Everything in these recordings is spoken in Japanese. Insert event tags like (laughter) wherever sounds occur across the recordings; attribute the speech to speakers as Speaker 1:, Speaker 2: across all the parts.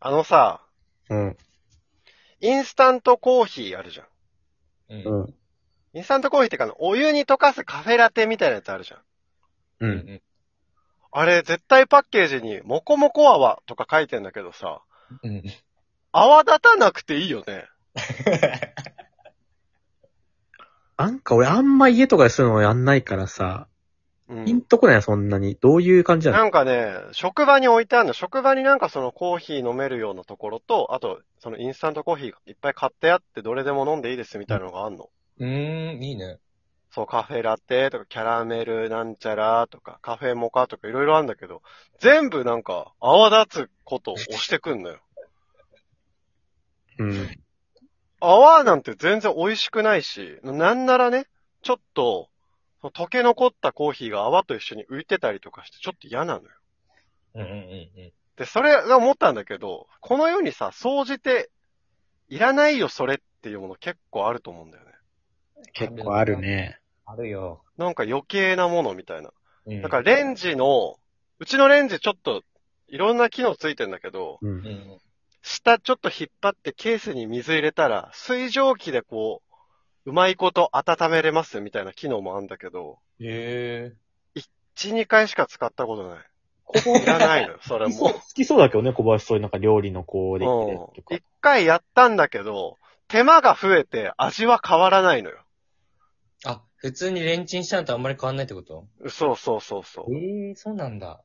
Speaker 1: あのさ、
Speaker 2: うん。
Speaker 1: インスタントコーヒーあるじゃん。
Speaker 3: うん。
Speaker 2: うん。
Speaker 1: インスタントコーヒーってかあの、お湯に溶かすカフェラテみたいなやつあるじゃん。
Speaker 2: う。
Speaker 3: うんん。
Speaker 1: あれ、絶対パッケージに、もこもこ泡とか書いてんだけどさ、
Speaker 3: うん。
Speaker 1: 泡立たなくていいよね。
Speaker 2: なんか俺あんま家とかでするのやんないからさ、
Speaker 1: う
Speaker 2: ピン
Speaker 1: ん。
Speaker 2: とこないそんなに。どういう感じなの
Speaker 1: なんかね、職場に置いてあるの。職場になんかそのコーヒー飲めるようなところと、あと、そのインスタントコーヒーいっぱい買ってあって、どれでも飲んでいいですみたいなのがあんの。
Speaker 3: うーん、いいね。
Speaker 1: そう、カフェラテとか、キャラメルなんちゃらとか、カフェモカとかいろいろあるんだけど、全部なんか、泡立つことを押してくんのよ。
Speaker 2: うん。
Speaker 1: 泡なんて全然美味しくないし、なんならね、ちょっと、溶け残ったコーヒーが泡と一緒に浮いてたりとかして、ちょっと嫌なのよ。
Speaker 3: うんうんうん
Speaker 1: で、それが思ったんだけど、この世にさ、総じて、いらないよ、それっていうもの結構あると思うんだよね。
Speaker 2: 結構あるね。
Speaker 3: あるよ。
Speaker 1: なんか余計なものみたいな。
Speaker 3: うん
Speaker 1: だからレンジの、うちのレンジちょっと、いろんな機能ついてんだけど、
Speaker 2: う。
Speaker 3: うんん。
Speaker 1: 下ちょっと引っ張ってケースに水入れたら、水蒸気でこう、うまいこと温めれますみたいな機能もあるんだけど、
Speaker 3: へえ。
Speaker 1: 1、2回しか使ったことない。
Speaker 2: ここ
Speaker 1: いらないのよ、それ
Speaker 2: 好
Speaker 1: も。
Speaker 2: きそうだけどね、小林そういうなんか料理のこうできるやつと
Speaker 1: うん。
Speaker 2: か
Speaker 1: 一。回やったんだけど、手間が増えて味は変わらないのよ。
Speaker 3: あ、普通にレンチンしたのとあんまり変わんないってこと
Speaker 1: そうそうそうそ
Speaker 3: ええ、そうなんだ。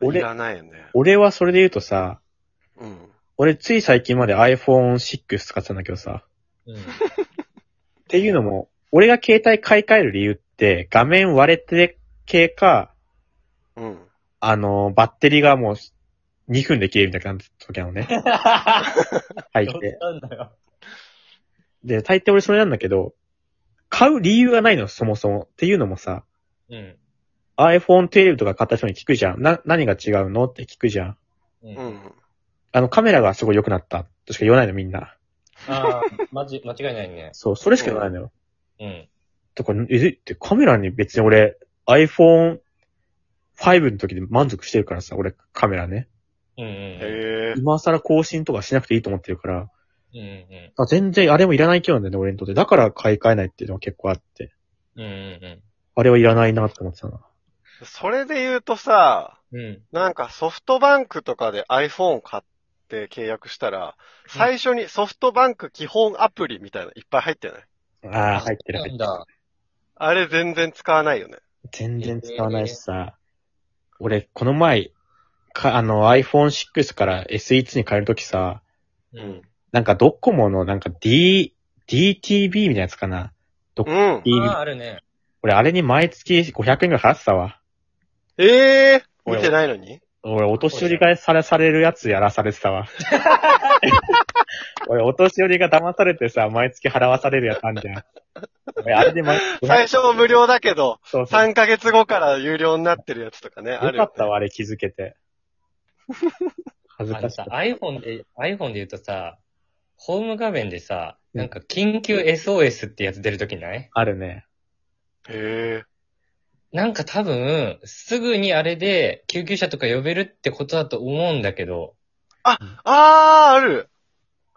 Speaker 1: う。い
Speaker 2: 俺
Speaker 1: らないよね。
Speaker 2: 俺はそれで言うとさ、
Speaker 1: うん。
Speaker 2: 俺つい最近まで iPhone6 使ってたんだけどさ、
Speaker 3: うん。
Speaker 2: っていうのも、俺が携帯買い替える理由って、画面割れて系か、
Speaker 1: うん。
Speaker 2: あの、バッテリーがもう2分で切れるみたいな感じの時なのね。入っ
Speaker 3: どう
Speaker 2: て。
Speaker 3: なんだよ。
Speaker 2: で、大抵俺それなんだけど、買う理由がないの、そもそも。っていうのもさ、
Speaker 3: うん。
Speaker 2: iPhone 12とか買った人に聞くじゃん。な、何が違うのって聞くじゃん。
Speaker 3: う。
Speaker 1: うんん。
Speaker 2: あの、カメラがすごい良くなった。としか言わないの、みんな。
Speaker 3: ああ、まじ、間違いないね。
Speaker 2: そう、それしか言わないのよ。
Speaker 3: うん。
Speaker 2: だから、え、ってカメラに別に俺、iPhone5 の時で満足してるからさ、俺、カメラね。
Speaker 3: うんう
Speaker 1: へえ。
Speaker 2: 今更更新とかしなくていいと思ってるから、
Speaker 3: ん。うんう
Speaker 2: あ全然あれもいらない機能なんだよね、俺にとって。だから買い替えないっていうのが結構あって。
Speaker 3: ん。うんう
Speaker 2: あれはいらないなって思ってたな。
Speaker 1: それで言うとさ、
Speaker 3: んうん。うん。
Speaker 1: なんかソフトバンクとかで iPhone 買って契約したら、最初にソフトバンク基本アプリみたいないっぱい入ってない
Speaker 2: ああ、入ってる
Speaker 3: そう
Speaker 2: 入って
Speaker 3: なん
Speaker 2: る。
Speaker 3: だ。
Speaker 1: あれ全然使わないよね。
Speaker 2: 全然使わないしさ。俺、この前、か、あの iPhone6 から S1 に変えるときさ、
Speaker 1: う
Speaker 3: う。。
Speaker 1: ん
Speaker 2: なんかドコモのなんか D、DTB みたいなやつかな。
Speaker 1: うん。
Speaker 2: D みたい
Speaker 3: ああ、
Speaker 2: な
Speaker 3: あるね。
Speaker 2: 俺、あれに毎月500円ぐらい払ってたわ。
Speaker 1: ええー、見てないのに
Speaker 2: 俺、お年寄りがさらされるやつやらされてたわ。俺、お年寄りが騙されてさ、毎月払わされるやつあんじゃん。俺、あれで毎月
Speaker 1: 最初無料だけど、
Speaker 2: そうそう。
Speaker 1: 3ヶ月後から有料になってるやつとかね、あ
Speaker 2: よ
Speaker 1: る
Speaker 2: か
Speaker 1: よ
Speaker 2: っ、たわ、あれ気づけて。恥ず
Speaker 3: あ
Speaker 2: か
Speaker 3: の
Speaker 2: しか
Speaker 3: さ
Speaker 2: っ、た。
Speaker 3: iPhone で、iPhone で言うとさ、ホーム画面でさ、なんか緊急 SOS ってやつ出るときない
Speaker 2: あるね。
Speaker 1: ね。へえ。
Speaker 3: なんか多分、すぐにあれで救急車とか呼べるってことだと思うんだけど、
Speaker 1: あー、ある。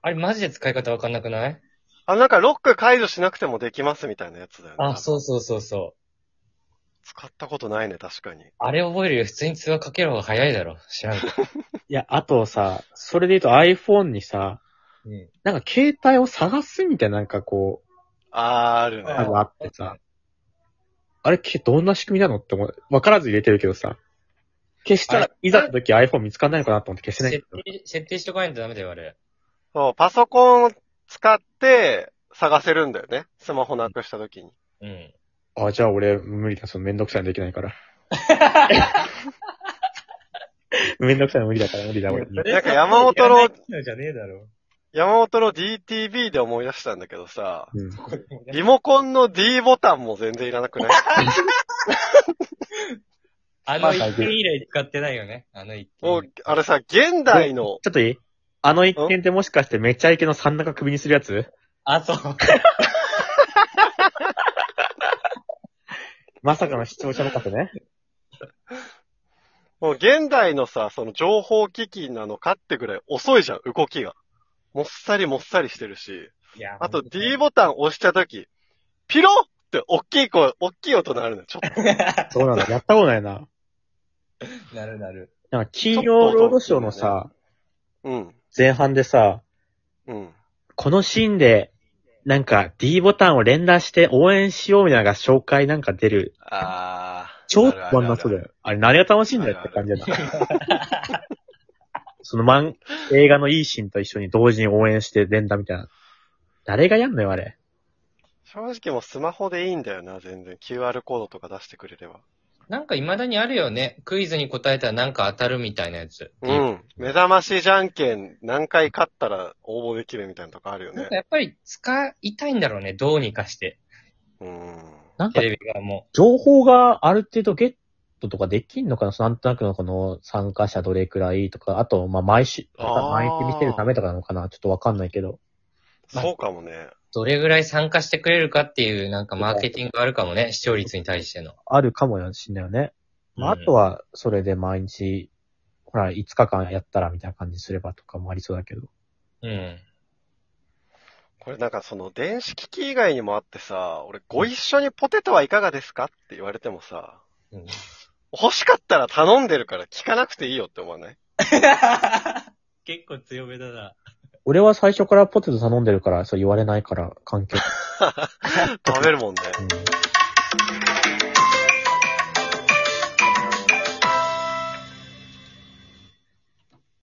Speaker 3: あれマジで使い方わかんなくない
Speaker 1: あ、なんかロック解除しなくてもできますみたいなやつだよね。
Speaker 3: あ、そうそうそうそう。
Speaker 1: 使ったことないね、確かに。
Speaker 3: あれ覚えるより普通に通話かける方が早いだろ。知らんけど。
Speaker 2: いや、あとさ、それで言うと iPhone にさ、
Speaker 3: うん。
Speaker 2: なんか携帯を探すみたいななんかこう、
Speaker 1: あー、あるね。
Speaker 2: あのあってさ、あれ、けどんな仕組みなのって思う。わからず入れてるけどさ。消した
Speaker 3: あ
Speaker 2: ら
Speaker 3: れ、
Speaker 2: いざの時 iPhone 見つかんないのかなと思って消せないん
Speaker 3: 設
Speaker 2: だけど。
Speaker 3: 定、設定しとかないとダメだよ、あれ。
Speaker 1: そう、パソコンを使って探せるんだよね。スマホなくした時に。
Speaker 3: うん。
Speaker 2: あ、じゃあ俺、無理だ。そのめんどくさいのできない
Speaker 3: (laughs)
Speaker 2: から。めんどくさいの無理だから無理だ、俺。
Speaker 1: なんか山本の
Speaker 3: じゃねえだろ。
Speaker 1: 山本の DTV で思い出したんだけどさ、
Speaker 2: うん。
Speaker 1: リモコンの D ボタンも全然いらなくない
Speaker 3: あの一件以来使ってないよね。あの一件。
Speaker 1: もう、あれさ、現代の、
Speaker 2: ちょっといいあの一件ってもしかしてめちゃイケの三中首にするやつ
Speaker 3: あ、そう。 (laughs)
Speaker 2: まさかの視聴者の方ね。
Speaker 1: もう現代のさ、その情報機器なのかってぐらい遅いじゃん、動きが。もっさりもっさりしてるし。
Speaker 3: いや
Speaker 1: あと D
Speaker 3: ボ
Speaker 1: ボタン押したとき、ピロッって大きい声、大きい音鳴るの、ちょ (laughs) っと。
Speaker 2: そうなんだ。やったことないな。
Speaker 3: なるなる。
Speaker 2: なんか、金曜ロードショーのさ、
Speaker 1: うん。
Speaker 2: 前半でさ、
Speaker 1: うん。
Speaker 2: このシーンで、なんか D ボタンを連打して応援しようみたいなのが紹介なんか出る。
Speaker 1: あー。
Speaker 2: 超
Speaker 1: あるある
Speaker 2: 不安なそうだよ。あれ何が楽しいんだよって感じだな。 (laughs) その漫、映画のいいシーンと一緒に同時に応援して連打みたいな。誰がやんのよ、あれ。
Speaker 1: 正直もうスマホでいいんだよな、全然。QR コードとか出してくれれば。
Speaker 3: なんか未だにあるよね。クイズに答えたらなんか当たるみたいなやつ。
Speaker 1: うん。目覚ましじゃんけん何回勝ったら応募できるみたいなとこあるよ
Speaker 3: なん
Speaker 1: ね
Speaker 3: か。やっぱり使いたいんだろうね。どうにかして。
Speaker 1: うん。
Speaker 2: なんか
Speaker 3: テレビがも
Speaker 2: 情報がある程度ゲットとかできんのかなそのなんとなくのこの参加者どれくらいとか、あと、まあ、毎週、
Speaker 1: あー
Speaker 2: 毎日見てるためとかなのかなちょっとわかんないけど。
Speaker 1: そうかもね。
Speaker 3: う、どれぐらい参加してくれるかっていう、なんかマーケティングあるかもね。視聴率に対しての。
Speaker 2: あるかもしんないよね。まあ、あ
Speaker 3: うん
Speaker 2: とは、それで毎日、ほら、5日間やったらみたいな感じすればとかもありそうだけど。
Speaker 3: うん。
Speaker 1: これなんかその電子機器以外にもあってさ、俺ご一緒にポテトはいかがですかって言われてもさ、
Speaker 3: うん
Speaker 1: 欲しかったら頼んでるから聞かなくていいよって思わない
Speaker 3: 結構強めだな。
Speaker 2: 俺は最初からポテト頼んでるから、そう言われないから、環境。
Speaker 1: 食べるもんね。
Speaker 2: うん